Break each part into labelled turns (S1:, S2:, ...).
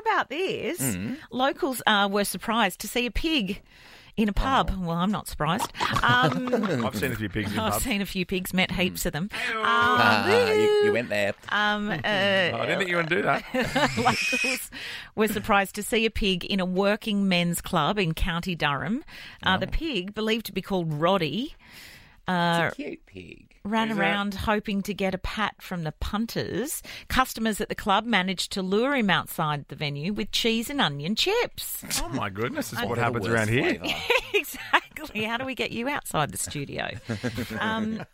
S1: about this?
S2: Mm.
S1: Locals uh, were surprised to see a pig in a pub.
S2: Oh.
S1: Well, I'm not surprised. Um,
S3: I've seen a few pigs in
S1: I've
S3: pubs.
S1: seen a few pigs, met heaps of them.
S2: Mm. Ah,
S1: Um,
S2: you, you went there.
S1: um, uh,
S3: I didn't think you would do that.
S1: locals were surprised to see a pig in a working men's club in County Durham. Uh,
S2: Oh.
S1: The pig, believed to be called Roddy, Uh,
S2: It's a cute pig.
S1: ran
S3: Who's that?
S1: around hoping to get a pat from the punters. Customers at the club managed to lure him outside the venue with cheese and onion chips.
S3: Oh my goodness, is what
S2: They're the
S3: happens
S2: worst
S3: around here.
S2: flavour.
S1: exactly. How do we get you outside the studio? Um,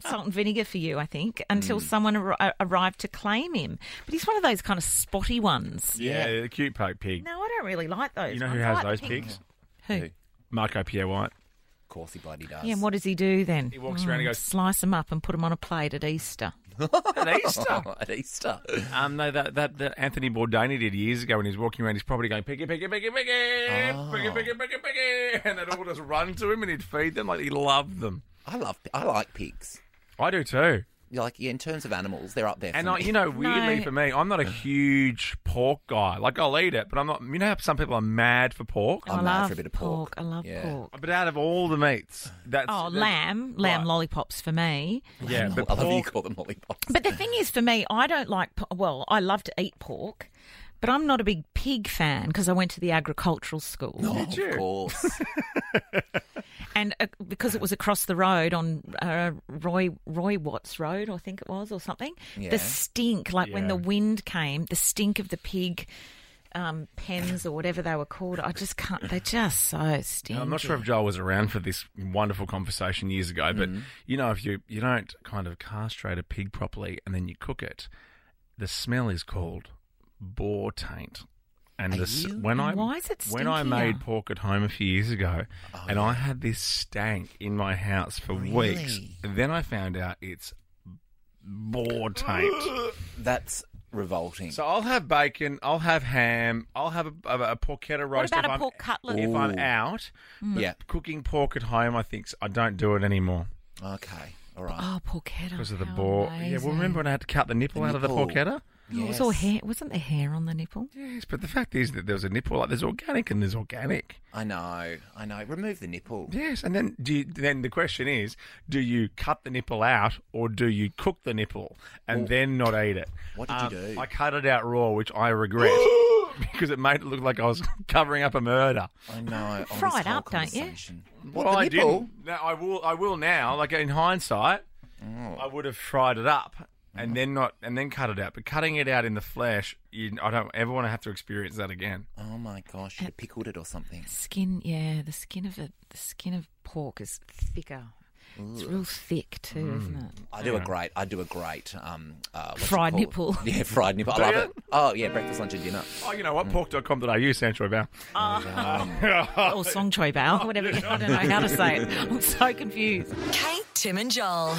S1: salt and vinegar for you, I think, until
S3: Mm.
S1: someone ar- arrived to claim him. But he's one of those kind of spotty ones.
S3: Yeah, a cute po- pig.
S1: No, I don't really like those.
S3: You know
S1: ones.
S3: who
S1: I
S3: has
S1: like
S3: those
S1: pink-
S3: pigs?
S1: Who?
S3: Marco Pierre White.
S2: Of course he bloody does.
S1: Yeah, and what does he do then? Mm.
S3: He walks around and goes-
S1: slice them up and put them on a plate at Easter.
S3: At Easter.
S2: Oh, at Easter.
S3: Um, no, that, that that Anthony Bourdain did years ago when he's walking around his property going piggy, piggy, piggy, piggy, piggy, piggy, piggy, piggy, and they'd all just run to him and he'd feed them like he loved them.
S2: I love. I like pigs.
S3: I do too.
S2: Like yeah, in terms of animals, they're up there.
S3: And
S2: for
S3: I,
S2: me.
S3: you know, weirdly for me, I'm not a huge pork guy. Like I'll eat it, but I'm not. You know, how some people are mad for pork.
S2: I'm
S1: I
S2: mad
S1: love
S2: for a bit of pork.
S1: I love
S2: Yeah.
S1: pork.
S3: But out of all the meats, that's
S1: Oh,
S3: that's-
S1: lamb, lamb
S3: Right.
S1: lollipops for me.
S3: Yeah, but
S2: I love you
S3: pork,
S2: call them lollipops.
S1: But the thing is, for me, I don't like. po- Well, I love to eat pork, but I'm not a big pig fan because I went to the agricultural school,
S2: Oh,
S3: Did you?
S2: Of course.
S1: and uh, because it was across the road on uh, Roy Roy Watts Road, I think it was, or something.
S2: Yeah.
S1: The stink, like when
S3: Yeah.
S1: the wind came, the stink of the pig. Um, pens or whatever they were called. I just can't. They're just so stinky.
S3: I'm not sure if Joel was around for this wonderful conversation years ago, but you know, if you you don't kind of castrate a pig properly and then you cook it, the smell is called boar taint. And
S2: Are
S3: this,
S2: you-
S3: when I
S1: Why is it
S3: when I made
S1: stinkier?
S3: pork at home a few years ago, and I had this stank in my house for weeks,
S2: Really?
S3: then I found out it's boar taint.
S2: That's revolting.
S3: So I'll have bacon, I'll have ham, I'll have a, a, a porchetta
S1: What
S3: roast.
S1: about
S3: if
S1: a
S3: I'm-
S1: pork cutlet?
S3: If I'm
S2: Ooh.
S3: out,
S1: Mm.
S3: but
S2: Yeah.
S3: cooking pork at home, I think s- I don't do it anymore
S2: okay. All right.
S1: Oh, porchetta.
S3: because of the
S1: how
S3: boar. Yeah,
S1: amazing.
S3: well, remember when I had to cut the nipple
S2: The
S3: out
S2: nipple.
S3: of the porchetta?
S1: Oh, it was all hair. Wasn't there hair on the nipple?
S3: Yes, but the fact is that there was a nipple. Like there's organic and there's organic.
S2: I know. I know. Remove the nipple.
S3: Yes, and then do you, then the question is, do you cut the nipple out or do you cook the nipple and then not eat it?
S2: What did you do?
S3: Um, I cut it out raw, which I regret because it made it look like I was covering up a murder.
S2: I know. Oh,
S1: Fry
S2: this
S1: it
S2: whole
S1: up, don't you?
S2: conversation. What
S3: well,
S2: the
S3: I
S2: nipple?
S3: didn't. No, I will. I will now. Like in hindsight,
S2: Oh.
S3: I would have fried it up
S2: Mm.
S3: and then not and then cut it out. But cutting it out in the flesh, you, I don't ever want to have to experience that again.
S2: Oh my gosh!
S1: Uh,
S2: You pickled it or something.
S1: Skin, yeah, the skin of it, the skin of pork is thicker. It's real thick too, isn't
S3: Mm.
S1: it?
S2: I do a great. I do a great. Um, uh, what's it
S1: Fried
S2: called?
S1: nipple.
S2: Yeah, fried nipple. I
S3: Do
S2: love
S3: you?
S2: it. Oh yeah, breakfast, lunch, and dinner.
S3: Oh, you
S2: Mm.
S3: know what? Pork.com.au, Sancho Bao.
S1: Or song choy bao, whatever. I don't know how to say it. I'm so confused.
S4: Kate, Tim, and Joel.